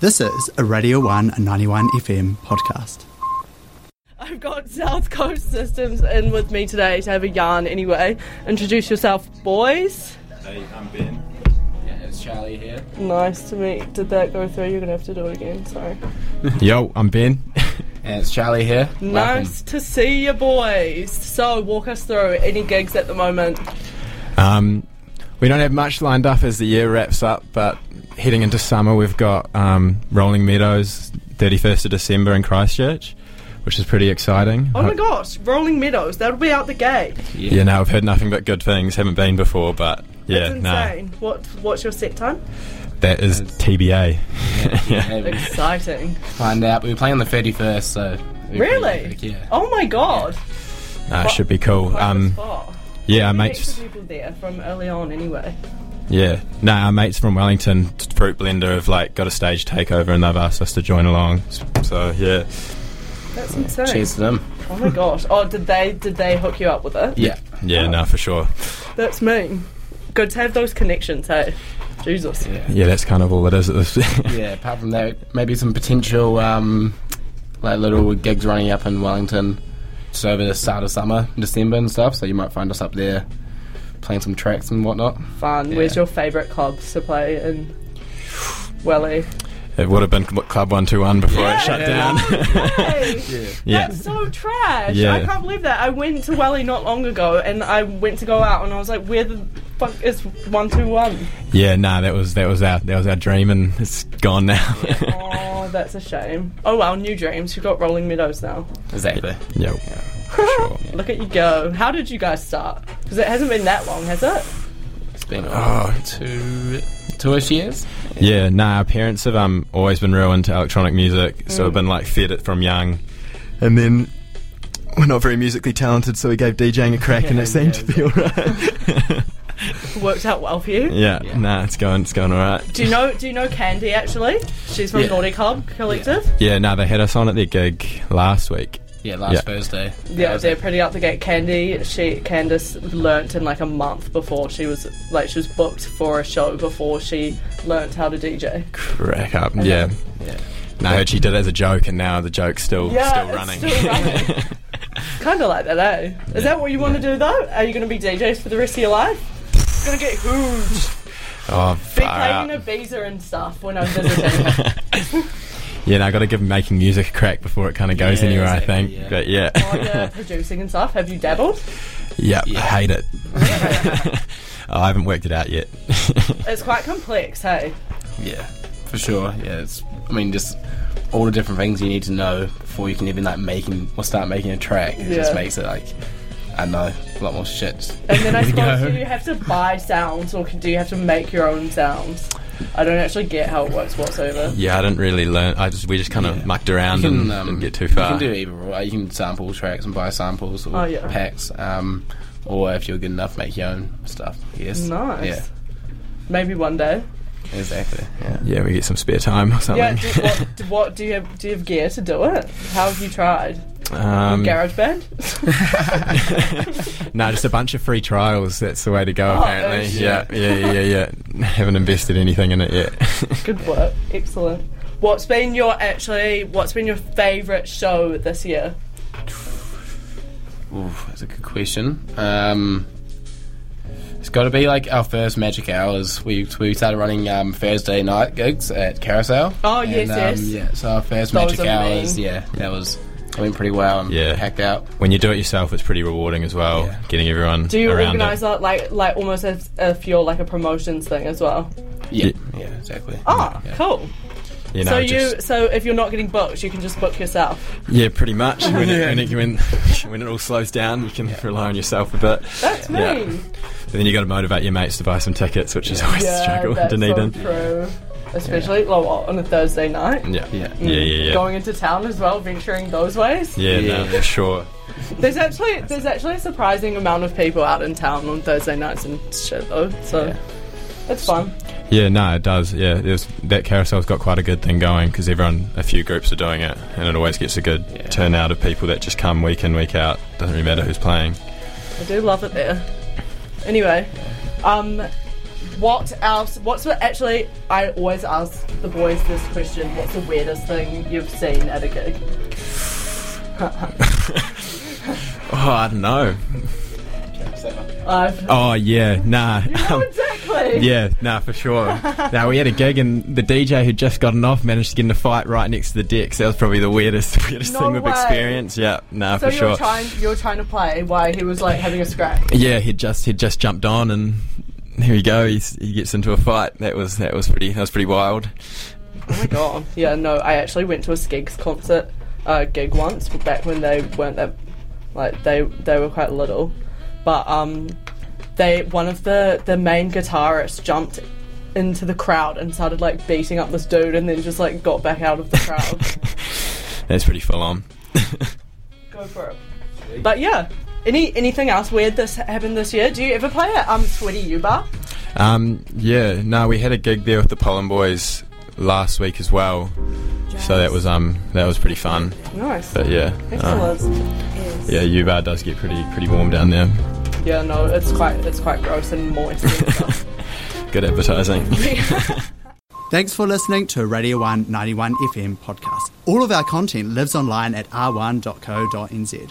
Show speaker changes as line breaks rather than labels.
This is a Radio 1 and 91 FM podcast.
I've got South Coast Systems in with me today to have a yarn anyway. Introduce yourself, boys.
Hey, I'm Ben.
Yeah, it's Charlie here.
Nice to meet. Did that go through? You're going to have to do it again, sorry.
Yo, I'm Ben.
And it's Charlie here.
Nice to see you, boys. So, walk us through any gigs at the moment.
Um, we don't have much lined up as the year wraps up, but heading into summer, we've got um, Rolling Meadows, 31st of December in Christchurch, which is pretty exciting.
Oh my gosh, Rolling Meadows, that'll be out the gate.
Yeah, no, I've heard nothing but good things. Haven't been before, but yeah,
That's insane. What, what's your set time?
no, that is TBA. yeah.
Maybe
Exciting.
find out. We were playing on the 31st, so. we were pretty
Really?
epic, Yeah.
Oh my god.
No, it should be cool.
Quite the
Um,
spot.
yeah, our
You met
mates.
some people there from early on anyway.
Yeah, no, our mates from Wellington, Fruit Blender, have like got a stage takeover, and they've asked us to join along. So yeah.
That's insane.
Cheers to them.
Oh my gosh. Oh, did they did they hook you up with it?
Yeah.
Yeah, no, for sure.
That's me. Good to have those connections, hey? Jesus.
Yeah.
Yeah, that's kind of all it is at this.
Yeah, apart from that, maybe some potential um, like little gigs running up in Wellington just over the start of summer, December and stuff, so you might find us up there playing some tracks and whatnot.
Fun.
Yeah.
Where's your favourite clubs to play in? Welly.
it would have been Cl- Club One Two One before it shut down.
Hey,
Yeah,
That's so trash.
Yeah.
I can't believe that. I went to Welly not long ago and I went to go out and I was like, where the fuck is 121?
yeah, nah, that was that was our that was our dream, and it's gone now.
Oh, that's a shame. Oh well, new dreams. You've got Rolling Meadows now.
Exactly.
yep. for Sure.
Look at you go. How did you guys start? Because it hasn't been that long, has it?
It's been
Oh,
two, two-ish years.
yeah. Nah, our parents have um always been real into electronic music, so I've been like fed it from young, Mm. and then we're not very musically talented, so we gave DJing a crack, and it seemed to be alright.
Worked out well for you.
yeah,
Yeah.
nah, it's going it's going alright.
Do you know? Do you know Candy? Actually, she's from
Yeah.
Naughty Club Collective.
Yeah, nah, they had us on at their gig last week.
Yeah, last
Yeah.
Thursday. That
Yeah,
was
they're
it.
pretty up to get Candy. She Candice learnt in like a month before she was like she was booked for a show before she learnt how to DJ.
Crack up. Yeah.
Yeah.
No, I heard she did it as a joke, and now the joke's still
Yeah,
still
it's
running.
still running. kind of like that, eh? Is that what you want to do though? Are you going to be DJs for the rest of your life? Gonna get huge.
oh,
Be
far
playing in
out.
Ibiza and stuff when I'm visiting.
Yeah, no, I got to give making music a crack before it kind of goes
Yeah,
anywhere.
exactly,
I think,
yeah.
but yeah,
Or, yeah, producing and stuff. Have you dabbled?
yep,
Yeah.
I hate it. Oh, I haven't worked it out yet.
It's quite complex, hey.
Yeah, for sure. Yeah, it's. I mean, just all the different things you need to know before you can even like making or start making a track. It just
Yeah.
makes it like I don't know a lot more shit.
And then I
Here we
suppose
go.
do you have to buy sounds or do you have to make your own sounds? I don't actually get how it works whatsoever.
yeah, I didn't really learn. I just we just kind of
Yeah. um,
mucked around and didn't get too far.
You can do either. Or. Like, you can sample tracks and buy samples or
Oh, yeah.
packs. Um, or if you're good enough, make your own stuff. Yes.
Nice.
Yeah.
Maybe one day.
Exactly. Yeah.
yeah, we get some spare time or
Yeah.
something.
Do, what, do, what do you have? Do you have gear to do it? How have you tried?
um,
Garage band?
no, just a bunch of free trials. That's the way to go.
Oh,
apparently,
shit.
yeah, yeah, yeah, yeah, yeah. Haven't invested anything in it yet.
Good work. Excellent. What's been your actually? What's been your favourite show this year?
Ooh, that's a good question. Um, it's got to be like our first magic hours. We we started running um, Thursday night gigs at Carousel.
Oh, yes,
um,
yes.
Yeah, so our first
Those
magic
are
hours.
mean.
Yeah, that was that went pretty well. And
Yeah.
hacked out.
when you do it yourself, it's pretty rewarding as well.
Yeah.
Getting everyone
Do you
around
organise
it.
that like like almost as if you're like a promotions thing as well?
Yeah,
Yeah.
yeah, exactly.
Oh,
yeah.
cool.
Ah, You know,
so
just-
you so if you're not getting booked, you can just book yourself.
Yeah, pretty much. When it, when, it, when, when it all slows down, you can rely on yourself a bit.
That's me.
Yeah. But then you got to motivate your mates to buy some tickets, which is always a struggle in
that's
Dunedin.
so true. Especially like, what, on a Thursday night.
yeah.
Yeah.
yeah, yeah, yeah.
Going into town as well, venturing those ways.
yeah, no,
Yeah.
for sure.
There's actually there's actually a surprising amount of people out in town on Thursday nights and shit though. So
Yeah.
it's fun.
Yeah, no, it does. Yeah, there's, that carousel's got quite a good thing going because everyone, a few groups are doing it, and it always gets a good
Yeah.
turnout of people that just come week in, week out. Doesn't really matter who's playing.
I do love it there. Anyway, um, What else? What's the, actually? I always ask the boys this question. What's the weirdest thing you've seen at a gig?
Oh, I don't know.
I've
Oh, yeah, nah. Um,
exactly.
yeah, nah, for sure. now, we had a gig and the DJ who'd just gotten off managed to get in a fight right next to the decks. That was probably the weirdest, weirdest
No
thing we've
way.
experienced. Yeah, nah,
So
for
you
sure.
were trying, you were trying to play while he was like having a scrap.
Yeah, he'd just he'd just jumped on, and here you go. He's, he gets into a fight. That was that was pretty that was pretty wild.
Oh my god. Yeah, no, I actually went to a Skegs concert uh, gig once back when they weren't that like they they were quite little, but um, they one of the the main guitarists jumped into the crowd and started like beating up this dude and then just like got back out of the crowd.
That's pretty full on.
Go for it. But yeah. Any anything else weird that's happened this year? Do you ever play at um Sweaty U Bar?
Um, yeah, no, we had a gig there with the Pollen Boys last week as well. So that was um that was pretty fun.
Nice. Uh.
But yeah, um,
Excellent.
yeah, Ubar does get pretty pretty warm down there.
yeah, no, it's quite it's quite gross and moist. And stuff.
Good advertising.
Thanks for listening to Radio 1 91 FM podcast. All of our content lives online at r1.co.nz.